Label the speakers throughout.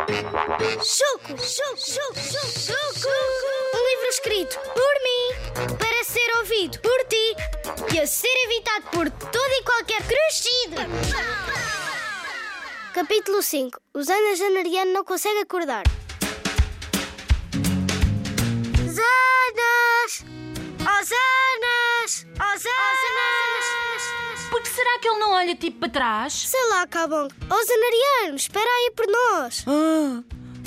Speaker 1: Chuco, chuco, chuco, chuco, chuco. Um livro escrito por mim, para ser ouvido por ti e a ser evitado por todo e qualquer crescido. Capítulo 5. Osana Janariano não consegue acordar. Zanas! Oh, Osanas! Osanas!
Speaker 2: Porque será que ele não olha tipo para trás?
Speaker 1: Sei lá, Cabong. Osanariano, espera aí por nós.
Speaker 3: Ah,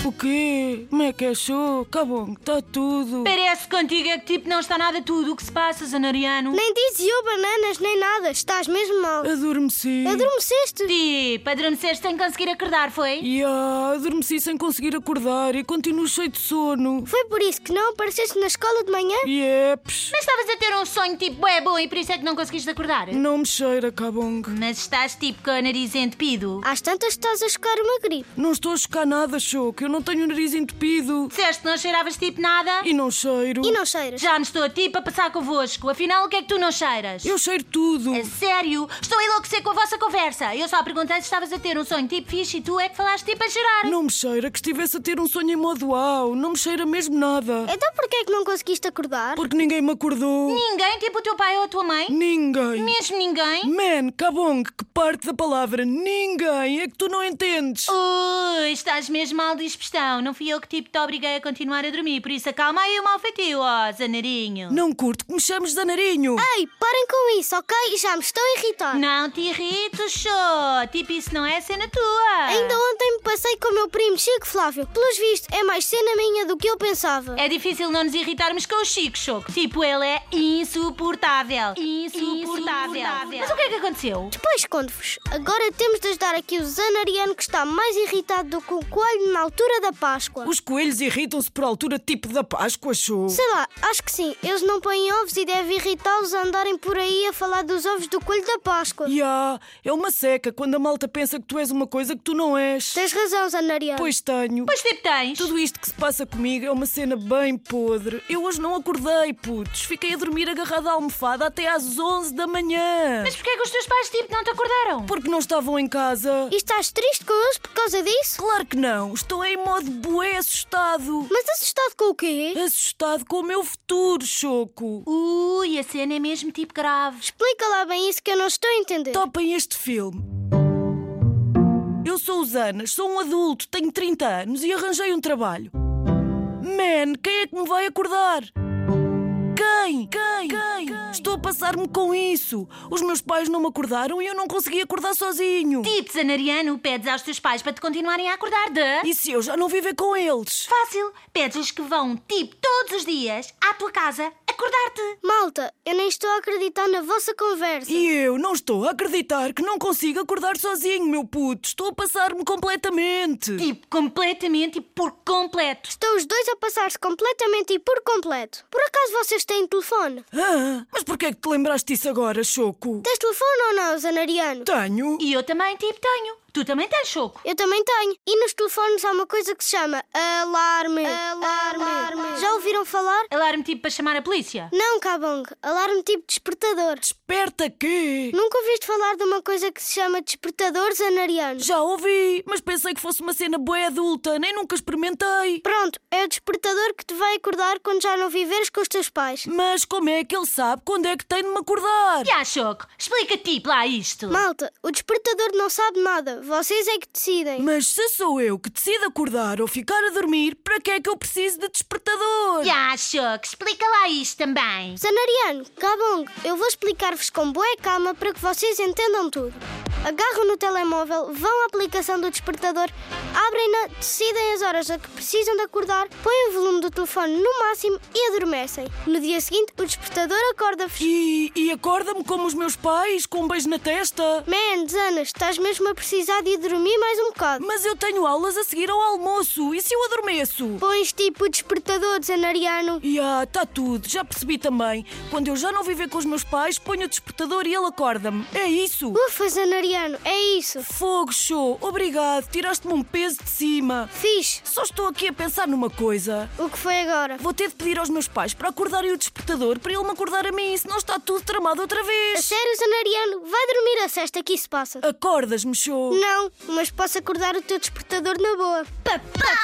Speaker 3: o quê? Como é que achou? Cabong, está tudo.
Speaker 2: Parece que contigo é que tipo não está nada tudo o que se passa, Zanariano.
Speaker 1: Nem dizes eu bananas, nem nada. Estás mesmo mal.
Speaker 3: Adormeci.
Speaker 1: Adormeceste?
Speaker 2: Tipo, adormeceste sem conseguir acordar, foi?
Speaker 3: Ya, ah, adormeci sem conseguir acordar e continuo cheio de sono. é,
Speaker 1: Foi por isso que não apareceste na escola de manhã?
Speaker 3: Yeps,
Speaker 2: Mas estavas a ter um sonho tipo é bom e por isso é que não conseguiste acordar?
Speaker 3: não me cheira, Cabong.
Speaker 2: Mas estás tipo com o nariz entupido.
Speaker 1: Às tantas estás a chocar uma gripe.
Speaker 3: Não estou a chocar nada, Choco. Eu não tenho o nariz entupido.
Speaker 2: Disseste que não cheiravas tipo nada?
Speaker 3: E não cheiro.
Speaker 1: E não cheiras?
Speaker 2: Já me estou tipo a passar convosco. Afinal, o que é que tu não cheiras?
Speaker 3: Eu cheiro tudo.
Speaker 1: É
Speaker 2: A sério? Estou a enlouquecer com a vossa conversa. Eu só perguntei se estavas a ter um sonho tipo fixe e tu é que falaste tipo a cheirar.
Speaker 3: Não me cheira que estivesse a ter um sonho em modo uau. Não me cheira mesmo nada.
Speaker 1: Então porquê é que não conseguiste acordar?
Speaker 3: Porque ninguém me acordou.
Speaker 2: Ninguém, tipo o teu pai ou a tua mãe?
Speaker 3: Ninguém.
Speaker 2: Mesmo ninguém?
Speaker 3: Man, Cabong, que parte da palavra ninguém é que tu não entendes?
Speaker 2: Ui, estás mesmo mal de expressão. Não fui eu que tipo te obriguei a continuar a dormir, por isso acalma aí o mal feitio, ó, zanarinho.
Speaker 3: Não curto que me chames Zanarinho.
Speaker 2: Ah.
Speaker 1: Ei, parem com isso, ok? Já me estão a irritar.
Speaker 2: Não te irrites, show. Tipo, isso não é cena tua.
Speaker 1: Ainda ontem me passei com o meu primo Chico Flávio. Pelos vistos, é mais cena minha do que eu pensava.
Speaker 2: É difícil não nos irritarmos com o Chico Choco. Tipo, ele é insuportável. Insuportável. Mas o que é que aconteceu?
Speaker 1: Depois conto-vos. Agora temos de ajudar aqui o Zanariano que está mais irritado do que o coelho na altura da Páscoa.
Speaker 3: Os coelhos irritam-se por altura tipo da Páscoa, show.
Speaker 1: Sei lá, acho que sim. Eles não põem ovos e deve irritá-los a andarem por aí a falar dos ovos do coelho da Páscoa.
Speaker 3: Ya, é uma seca quando a malta pensa que tu és uma coisa que tu não és.
Speaker 1: Tens razão, Zanariano.
Speaker 3: Pois tenho.
Speaker 2: Pois tipo tens.
Speaker 3: Tudo isto que se passa comigo é uma cena bem podre. Eu hoje não acordei, putos. Fiquei a dormir agarrada à almofada até às 11 da manhã.
Speaker 2: Mas porquê é que os teus pais tipo não te acordaram?
Speaker 3: Porque não estavam em casa?
Speaker 1: E estás triste com eles por causa disso?
Speaker 3: Claro que não. Estou em modo bué assustado.
Speaker 1: Mas assustado com o
Speaker 3: Eh?
Speaker 1: quê?
Speaker 3: Assustado com o meu futuro, Choco.
Speaker 2: Ui, a cena é mesmo tipo grave.
Speaker 1: Explica lá bem isso que eu não estou a entender.
Speaker 3: Topem este filme. Eu sou Osana, sou um adulto, tenho 30 anos e arranjei um trabalho. Man, quem é que me vai acordar? Quem? Quem? Quem? Estou a passar-me com isso. Os meus pais não me acordaram e eu não consegui acordar sozinho.
Speaker 2: Tipo, Zanariano, pedes aos teus pais para te continuarem a acordar de.
Speaker 3: E se eu já não viver com eles?
Speaker 2: Fácil, pedes-lhes que vão, tipo, todos os dias à tua casa acordar-te.
Speaker 1: Malta, eu nem estou a acreditar na vossa conversa.
Speaker 3: E eu não estou a acreditar que não consigo acordar sozinho, meu puto. Estou a passar-me completamente.
Speaker 2: Tipo, completamente e por completo.
Speaker 1: Estão os dois a passar-se completamente e por completo. Por acaso vocês têm telefone?
Speaker 3: Ah, mas porquê é que te lembraste disso agora, Choco?
Speaker 1: Tens telefone ou não, Zanariano?
Speaker 3: Tenho.
Speaker 2: E eu também, tipo, tenho. Tu também tens, Choco.
Speaker 1: Eu também tenho. E nos telefones há uma coisa que se chama alarme. Alarme. Já ouviram falar?
Speaker 2: Alarme, tipo, para chamar a polícia.
Speaker 1: Não, Cabong. Alarme tipo despertador.
Speaker 3: Desperta quê?
Speaker 1: Nunca ouviste falar de uma coisa que se chama despertador zanariano?
Speaker 3: Já ouvi, mas pensei que fosse uma cena boa adulta, nem nunca experimentei.
Speaker 1: Pronto, é o despertador que te vai acordar quando já não viveres com os teus pais.
Speaker 3: Mas como é que ele sabe quando é que tem de me acordar?
Speaker 2: Já, Choco, explica, tipo, lá isto.
Speaker 1: Malta, o despertador não sabe nada. Vocês é que decidem.
Speaker 3: Mas se sou eu que decido acordar ou ficar a dormir, para que é que eu preciso de despertador?
Speaker 2: Já, Choco, explica lá isto também.
Speaker 1: Zanariano, Cabong, eu vou explicar-vos com boa calma para que vocês entendam tudo. Agarram no telemóvel, vão à aplicação do despertador, abrem-na, decidem as horas a que precisam de acordar, põem o volume do telefone no máximo e adormecem. No dia seguinte, o despertador acorda-vos.
Speaker 3: E, e acorda-me como os meus pais, com um beijo na testa?
Speaker 1: Man, Zanas, estás mesmo a precisar de ir dormir mais um bocado.
Speaker 3: Mas eu tenho aulas a seguir ao almoço, e se eu adormeço?
Speaker 1: Pões tipo o despertador zanariano.
Speaker 3: E ah, tá tudo, já percebi também. Quando eu já não viver com os meus pais, ponho o despertador e ele acorda-me. É isso?
Speaker 1: Ufa, zanariano, é isso.
Speaker 3: Fogo, show, obrigado, tiraste-me um peso de cima.
Speaker 1: Fiz.
Speaker 3: Só estou aqui a pensar numa coisa.
Speaker 1: O que foi agora?
Speaker 3: Vou ter de pedir aos meus pais para acordarem o despertador para ele me acordar a mim, senão está tudo tramado outra
Speaker 1: A
Speaker 3: vez.
Speaker 1: sério, zanariano, vai dormir a cesta que isso passa.
Speaker 3: Acordas-me, show.
Speaker 1: não, mas posso acordar o teu despertador na boa.
Speaker 2: Papá!